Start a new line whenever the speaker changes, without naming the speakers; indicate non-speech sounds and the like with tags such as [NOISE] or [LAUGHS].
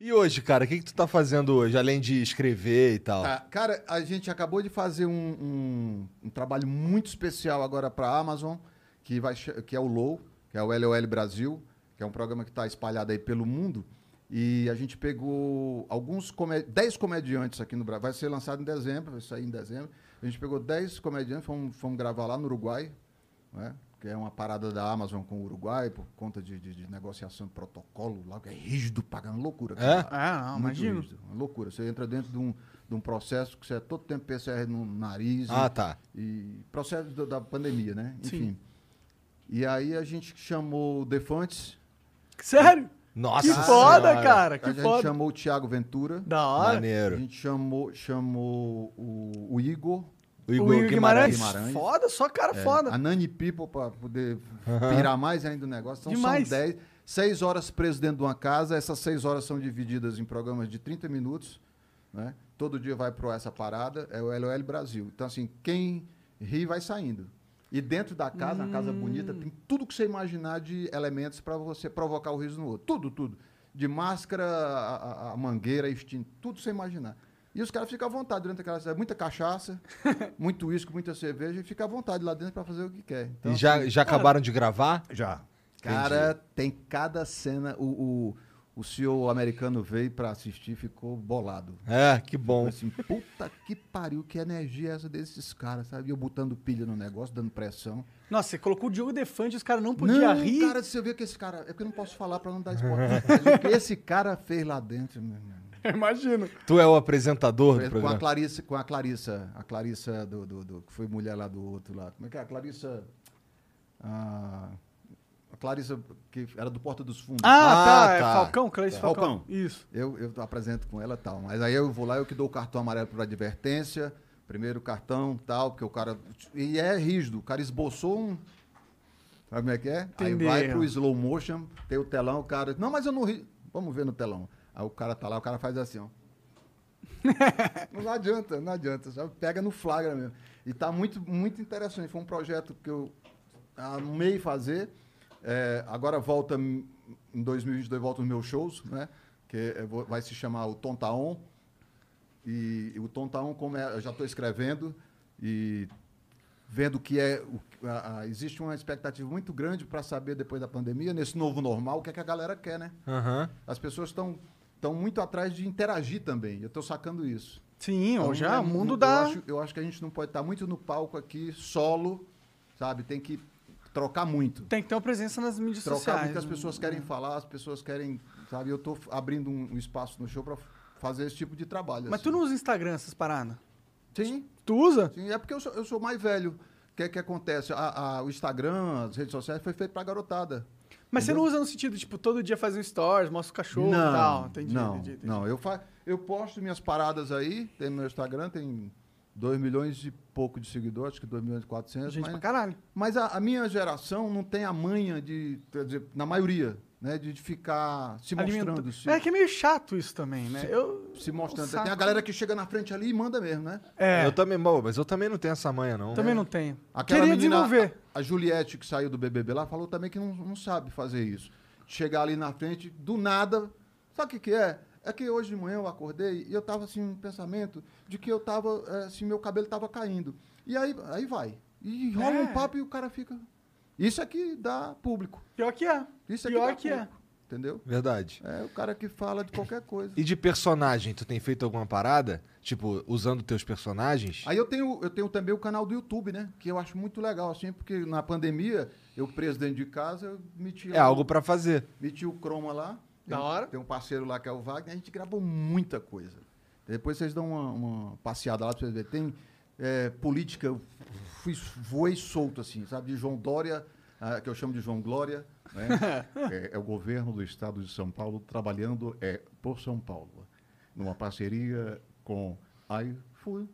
E hoje, cara, o que, que tu tá fazendo hoje, além de escrever e tal?
Tá, cara, a gente acabou de fazer um, um- um trabalho muito especial agora para a Amazon, que, vai, che- que é o LOL, que é o LOL Brasil, que é um programa que está espalhado aí pelo mundo. E a gente pegou alguns come- 10 comediantes aqui no Brasil. Vai ser lançado em dezembro, vai sair em dezembro. A gente pegou 10 comediantes, fomos, fomos gravar lá no Uruguai, né? que é uma parada da Amazon com o Uruguai, por conta de, de- de negociação de protocolo lá, que é rígido, pagando loucura. aquilo
É?
lá.
Ah, não,
Muito
imagino.
rígido, uma loucura. Você entra dentro de um, de um processo que você é todo tempo PCR no nariz.
Ah,
e-
tá.
E processo da, da pandemia, né?
Sim.
Enfim. E aí a gente chamou o Defantes.
Sério?
Nossa
que foda,
Senhora.
cara.
a
Que
gente
foda.
chamou o Thiago Ventura.
Da hora.
A
Maneiro.
gente chamou, chamou o, o Igor.
O
O Igor Guimarães.
Guimarães.
Foda, só cara
é,
foda.
A Nani People, para poder pirar mais ainda o negócio. Então
Demais.
são 10. Seis horas preso dentro de uma casa. Essas seis horas são divididas em programas de 30 minutos. né? Todo dia vai pro essa parada. É o LOL Brasil. Então, assim, quem ri vai saindo. E dentro da casa, uma casa bonita, tem tudo que você imaginar de elementos para você provocar o riso no outro. Tudo, tudo. De máscara, a, a- a mangueira, extinto, tudo que você imaginar. E os caras ficam à vontade durante aquela cidade. Muita cachaça, muito uísque, muita cerveja, e fica à vontade lá dentro para fazer o que quer. Então,
E já, já acabaram de gravar?
já. Cara, tem cada cena. O, o, o CEO americano veio pra assistir ficou bolado.
É, que
Falei
bom.
Assim, puta que pariu, que energia é essa desses caras, sabe? E Eu botando pilha no negócio, dando pressão.
Nossa, você colocou o Diogo Defante, os caras não podiam
não,
rir.
cara, você vê que esse cara. É porque eu não posso falar pra não dar spoiler. Mas o que esse cara fez lá dentro, meu irmão.
[LAUGHS] Imagino.
Tu é o apresentador do
Com a
programa.
Clarissa, com a Clarissa, a Clarissa do, do, do- que foi mulher lá do outro lá. Como é que é? A Clarissa. ah, a Clarissa, que era do Porta dos Fundos.
Ah, tá,
Ah,
É
tá.
Falcão, Clarice Falcão.
Falcão.
Isso.
Eu, eu apresento com ela e tal. Mas aí eu vou lá, eu que dou o cartão amarelo por advertência, primeiro cartão tal, porque o cara. E é rígido, o cara esboçou um. Sabe como é que é?
Entendi.
Aí vai pro slow motion, tem o telão, o cara. Não, mas eu não ri. Vamos ver no telão. Aí o cara tá lá, o cara faz assim, ó. não adianta, não adianta. Sabe? Pega no flagra mesmo. E tá muito, muito interessante. Foi um projeto que eu amei fazer. É, agora volta, em 2022, volta os meus shows, né? Que eu vou- vai se chamar o Tontaon. E o Tontaon, como é, eu já estou escrevendo e vendo que é... o- a- a- existe uma expectativa muito grande para saber, depois da pandemia, nesse novo normal, o que, é que a galera quer, né?
Aham.
As pessoas estão estão muito atrás de interagir também. Eu estou sacando isso.
Sim, ó,
Então,
já
é-
o mundo
eu
da.
Acho, eu acho que a gente não pode estar muito no palco aqui, solo, sabe? Tem que trocar muito.
Tem que ter uma presença nas mídias
Trocar
sociais. né? É.
muito, as pessoas querem falar, as pessoas querem, sabe? Eu tô f- abrindo um, um espaço no show para fazer esse tipo de trabalho.
Mas
assim.
tu não usa Instagram essas paradas?
Sim,
Tu usa?
sim. É porque eu sou, eu sou mais velho. O que é que acontece? A- a- o Instagram, as redes sociais, foi feito pra garotada.
Mas você não usa no sentido, tipo, todo dia fazer um stories, mostra o cachorro e tal. Entendi,
não,
entendi, entendi.
não. Eu, fa... eu posto minhas paradas aí, tem meu Instagram, tem 2 milhões e pouco de seguidores, acho que 2 milhões e 400.
Gente
mas-
pra caralho.
Mas a, a minha geração não tem a manha de, quer dizer, na maioria, né, de, de ficar se mostrando.
Alimenta-
Se,
É que é meio chato isso também, né? Eu.
se mostrando.
saco.
Tem a galera que chega na frente ali e manda mesmo, né?
É,
Eu também, bom, mas eu também não tenho essa manha, não.
também não tenho.
Aquela
Queria
menina,
desenvolver.
A, a Juliette, que saiu do BBB lá, falou também que não, não sabe fazer isso. Chegar ali na frente, do nada. Sabe o que, que é? É que hoje de manhã eu acordei e eu tava assim, um pensamento de que eu tava, eh, assim, meu cabelo tava caindo. E aí, aí vai. E rola
É.
um papo e o cara fica. Isso é que dá público.
Pior que é.
Isso é que
Pior
dá
que é.
público. Entendeu?
Verdade.
É o cara que fala de qualquer coisa.
E de personagem, tu tem feito alguma parada? Tipo, usando teus personagens?
Aí eu tenho, eu tenho também o canal do YouTube, né? Que eu acho muito legal, assim, porque na pandemia, eu preso dentro de casa, eu meti,
É
lá-
algo pra fazer.
meti o croma lá.
Da
Tem-
hora.
Tem um parceiro lá que é o Wagner, a gente gravou muita coisa. Depois vocês dão uma, uma passeada lá pra vocês verem. Tem é, política, eu fui, voei solto, assim, sabe? De João Dória, ah, que eu chamo de João Glória, né?
[LAUGHS]
é, é o governo do estado de São Paulo trabalhando é, por São Paulo, numa parceria com a iFood,